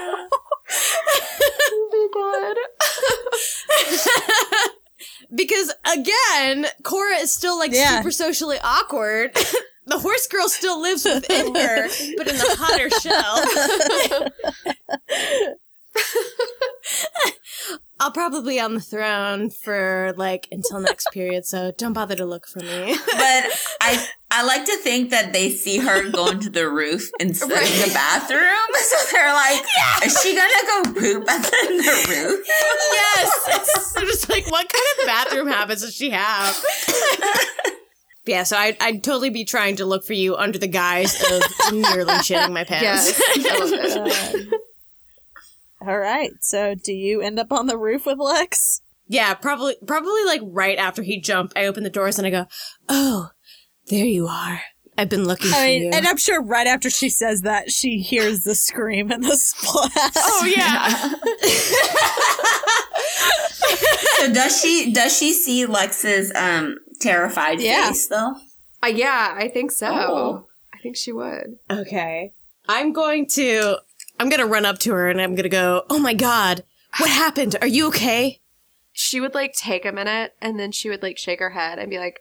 because again, Cora is still like Yeah. super socially awkward. the horse girl still lives within her, but in the hotter shell. I'll probably be on the throne for like until next period, so don't bother to look for me. but I I like to think that they see her going to the roof instead of the bathroom, so they're like, "Is she gonna go poop at the roof?" yes. I'm just like, what kind of bathroom habits does she have? But yeah, so I, I'd totally be trying to look for you under the guise of nearly shitting my pants. Yes. I love it. All right, so do you end up on the roof with Lex? Yeah, probably, probably like right after he jumped, I open the doors and I go, oh, there you are. I've been looking for I you. mean, and I'm sure right after she says that, she hears the scream and the splash. oh yeah. So does she does she see Lex's um terrified Yeah. face though? Uh, yeah, I think so. Oh. I think she would. Okay. I'm going to I'm going to run up to her and I'm going to go, "Oh my god. What happened? Are you okay?" She would like take a minute and then she would like shake her head and be like,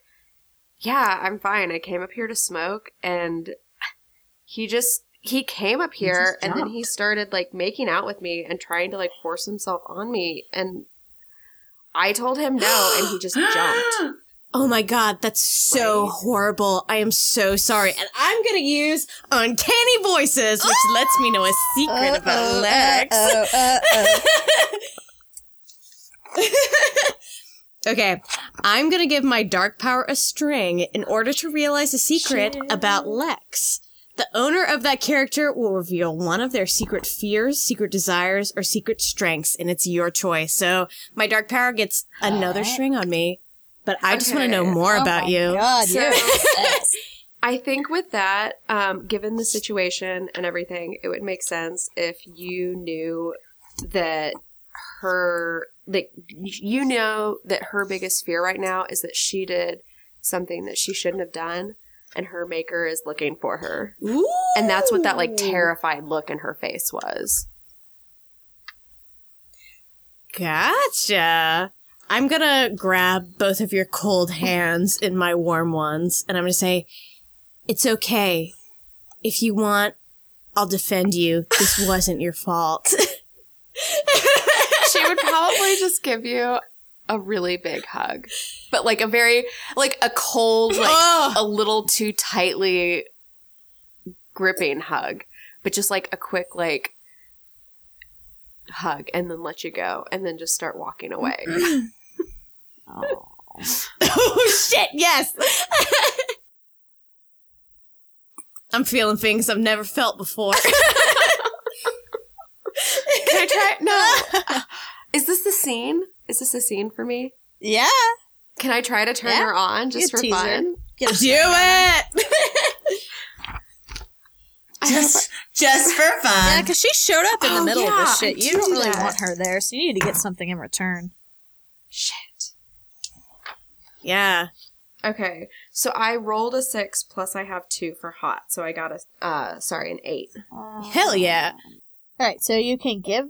"Yeah, I'm fine. I came up here to smoke and he just he came up here and then he started like making out with me and trying to like force himself on me and I told him no and he just jumped. Oh my god, that's so horrible. I am so sorry. And I'm going to use uncanny voices, which Ah! lets me know a secret about Lex. Okay. I'm going to give my dark power a string in order to realize a secret about Lex. The owner of that character will reveal one of their secret fears, secret desires, or secret strengths, and it's your choice. So my dark power gets another string on me, but I just want to know Okay. Oh more about you. Oh God, So- I think with that, um, given the situation and everything, it would make sense if you knew that her, like, you know that her biggest fear right now is that she did something that she shouldn't have done, and her maker is looking for her, and that's what that like terrified look in her face was. Gotcha. I'm gonna grab both of your cold hands in my warm ones, and I'm gonna say, It's okay. If you want, I'll defend you. This wasn't your fault. she would probably just give you a really big hug, but like a very like a cold, like Oh. a little too tightly gripping hug, but just like a quick like hug, and then let you go, and then just start walking away. oh shit, yes. I'm feeling things I've never felt before. Can I try? No, is this the scene? Is this the scene for me? yeah, Can I try to turn Yeah. her on just You for tease her. fun? Get Do it. Just, just for fun. Yeah, because she showed up in the Oh, middle of yeah, this shit. I You do don't do really that. want her there, so you need to get something in return. Shit. Yeah. Okay. So I rolled a six plus I have two for hot, so I got a uh sorry, an eight. Hell yeah. All right, so you can give,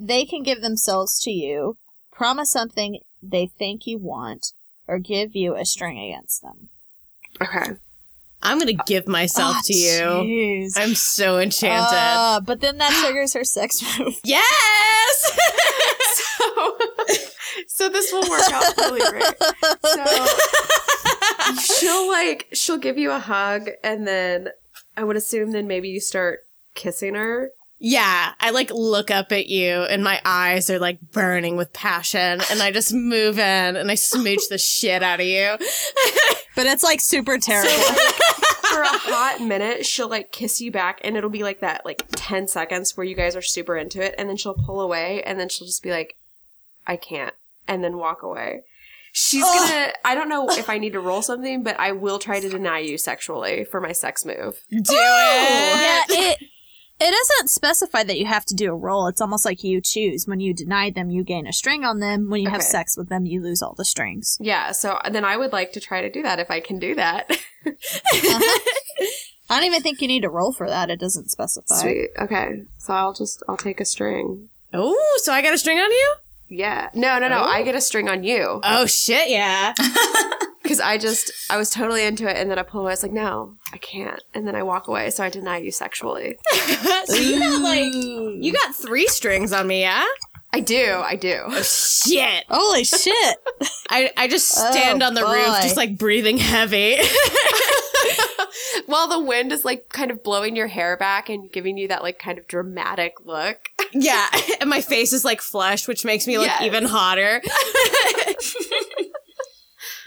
they can give themselves to you, promise something they think you want, or give you a string against them. Ah, Okay. I'm gonna give myself to you. Jeez. I'm so enchanted. Uh, but then that triggers her sex move. yes. so, so this will work out really great. So she'll like she'll give you a hug and then I would assume then maybe you start kissing her. yeah. I like look up at you, and my eyes are like burning with passion, and I just move in and I smooch the shit out of you. But it's like super terrible. For a hot minute, she'll like kiss you back and it'll be like that like 10 seconds where you guys are super into it and then she'll pull away and then she'll just be like I can't and then walk away. She's gonna. I don't know if I need to roll something, but I will try to deny you sexually for my sex move. Do it. yeah, it it doesn't specify that you have to do a roll. It's almost like you choose. When you deny them, you gain a string on them. When you have Okay. sex with them, you lose all the strings. Yeah, so then I would like to try to do that if I can do that. I don't even think you need to roll for that. It doesn't specify. Sweet. Okay. So I'll just I'll take a string. Oh, so I got a string on you? Yeah. No, no, no. I get a string on you Oh shit, yeah. because I just I was totally into it, and then I pull away. I was like, no, I can't. And then I walk away, so I deny you sexually. so you got like Mm. you got three strings on me, yeah? I do. I do. Shit. Holy shit! I, I just stand Oh, on the roof boy. just like breathing heavy. While the wind is like kind of blowing your hair back and giving you that like kind of dramatic look. yeah. And my face is like flushed, which makes me look Yes. even hotter.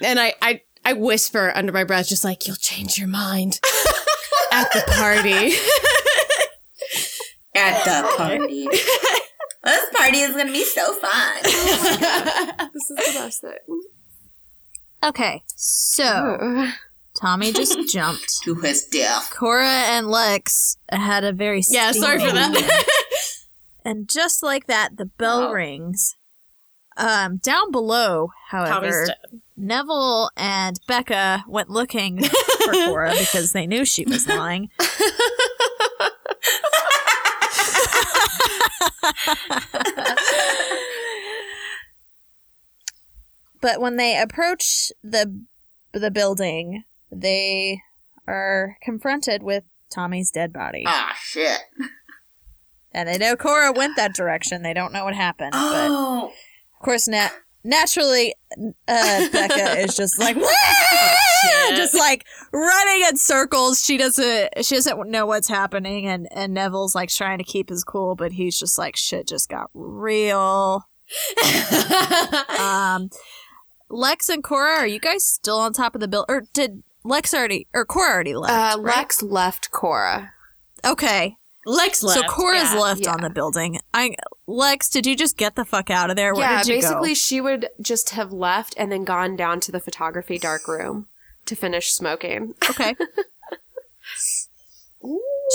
and I, I I whisper under my breath, just like, you'll change your mind at the party. At the party. this party is gonna be so fun. This is the best thing. Okay, so Oh. Tommy just jumped. to his death. Cora and Lex had a very yeah, sorry for that. And just like that, the bell Wow. rings. Um, down below, however, Tommy's Neville and Becca went looking for Cora because they knew she was lying. but when they approach the the building, they are confronted with Tommy's dead body. Ah, shit. And they know Cora went that direction. They don't know what happened, but Oh, of course, nat- naturally, uh, Becca is just Oh, like, just like running in circles. She doesn't, she doesn't know what's happening, and and Neville's like trying to keep his cool, but he's just like, shit just got real. um, Lex and Cora, are you guys still on top of the bill, or did Lex already or Cora already left? Uh, Lex left Cora. okay, Lex left. so Cora's yeah, left yeah. on the building. I Lex, did you just get the fuck out of there? Where yeah, did you basically go? she would just have left and then gone down to the photography dark room to finish smoking. Okay.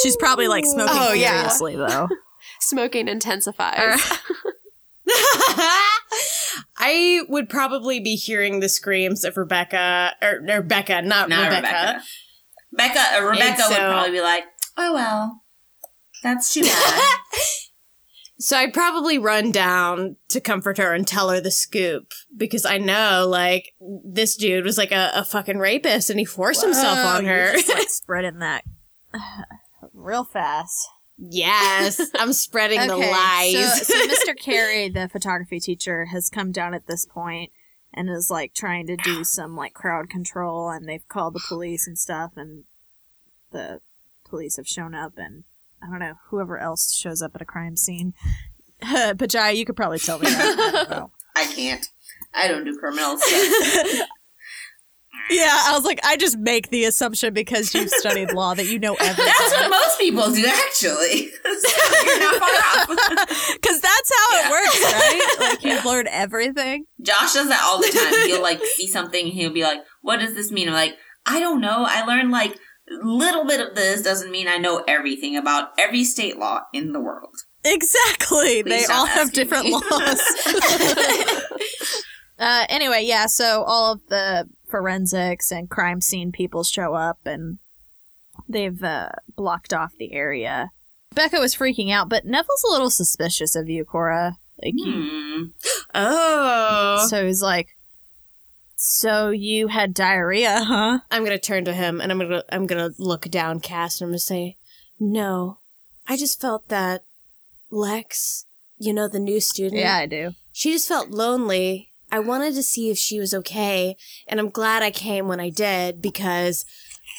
She's probably like smoking Oh, yeah. furiously though. Smoking intensifies. I would probably be hearing the screams of Rebecca or, or Becca, not, not Rebecca. Rebecca. Becca, uh, Rebecca And would so- probably be like, oh well, that's too bad. So I'd probably run down to comfort her and tell her the scoop because I know like this dude was like a, a fucking rapist and he forced himself Oh, on you're her. just, like spreading that real fast. yes, I'm spreading the lies. So, so Mr. Carey, the photography teacher, has come down at this point and is like trying to do some like crowd control, and they've called the police and stuff, and the police have shown up, and I don't know whoever else shows up at a crime scene. Pajaya, you could probably tell me. That. I don't know. I can't. I don't do criminal stuff. Yeah, I was like, I just make the assumption because you've studied law that you know That's everything. what most people do, actually. So You're not far off. Because that's how it works, right? Like you've learned everything. Josh does that all the time. He'll like see something, he'll be like, "What does this mean?" I'm like, "I don't know. I learned like little bit of this doesn't mean I know everything about every state law in the world." Exactly. they Please don't all have ask me. different laws. uh, anyway, yeah, so all of the forensics and crime scene people show up and they've uh, blocked off the area. Becca was freaking out, but Neville's a little suspicious of you, Cora. Like, you- Hmm. Oh. so he's like, So you had diarrhea, huh? I'm gonna turn to him and I'm gonna I'm gonna look downcast and I'm gonna say, No. I just felt that Lex, you know, the new student. Yeah, I do. She just felt lonely. I wanted to see if she was okay, and I'm glad I came when I did because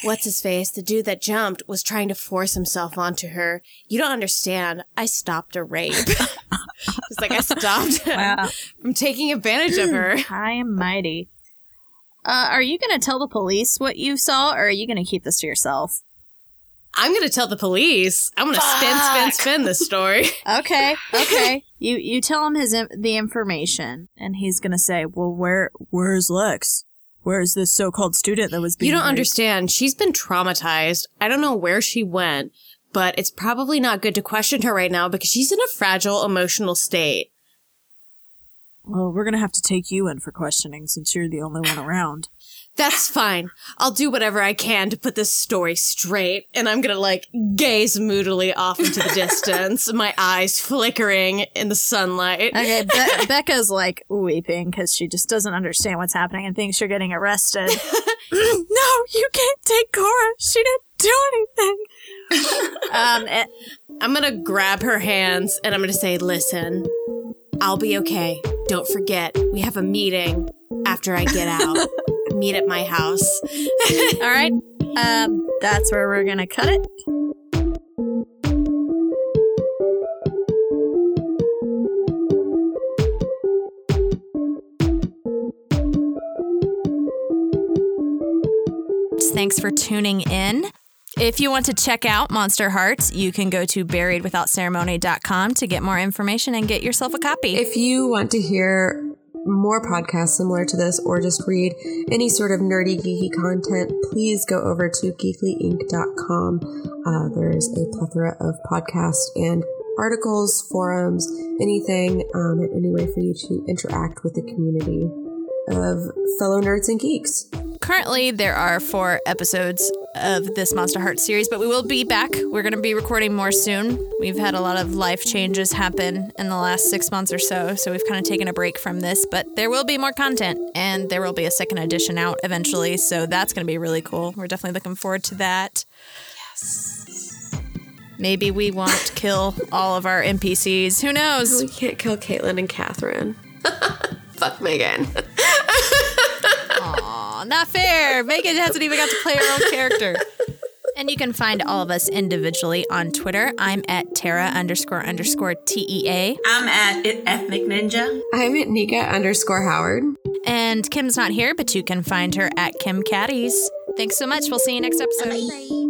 what's his face, the dude that jumped, was trying to force himself onto her. You don't understand. I stopped a rape. it's like I stopped him Wow. from taking advantage of her. High and mighty. Uh, are you going to tell the police what you saw, or are you going to keep this to yourself? I'm gonna tell the police. I'm gonna spin, spin, spin this story. Okay, okay. you you tell him his in- the information, and he's gonna say, "Well, where where's Lex? Where's this so-called student that was being You don't raped?" understand. She's been traumatized. I don't know where she went, but it's probably not good to question her right now because she's in a fragile emotional state. Well, we're gonna have to take you in for questioning since you're the only one around. That's fine. I'll do whatever I can to put this story straight. And I'm gonna like gaze moodily off into the distance, my eyes flickering in the sunlight. Okay, Be- Becca's like weeping because she just doesn't understand what's happening and thinks you're getting arrested. no, you can't take Cora. She didn't do anything. um, a- I'm gonna grab her hands and I'm gonna say, listen, I'll be okay. Don't forget, we have a meeting after I get out. Meet at my house. All right. Um, that's where we're going to cut it. Thanks for tuning in. If you want to check out Monster Hearts, you can go to buriedwithoutceremony.com to get more information and get yourself a copy. If you want to hear more podcasts similar to this or just read any sort of nerdy, geeky content, please go over to geeklyinc.com. Uh, there's a plethora of podcasts and articles, forums, anything, um, and any way for you to interact with the community of fellow nerds and geeks. Currently, there are four episodes of this Monster Heart series, but we will be back. We're going to be recording more soon. We've had a lot of life changes happen in the last six months or so, so we've kind of taken a break from this, but there will be more content and there will be a second edition out eventually, so that's going to be really cool. We're definitely looking forward to that. Yes. Maybe we won't kill all of our NPCs. Who knows? We can't kill Caitlin and Catherine. Fuck Megan. Aw, not fair. Megan hasn't even got to play her own character. And you can find all of us individually on Twitter. I'm at Tara underscore underscore E TEA. I'm at it, ethnic ninja. I'm at Nika underscore Howard. And Kim's not here, but you can find her at Kim Caddies. Thanks so much. We'll see you next episode. Bye.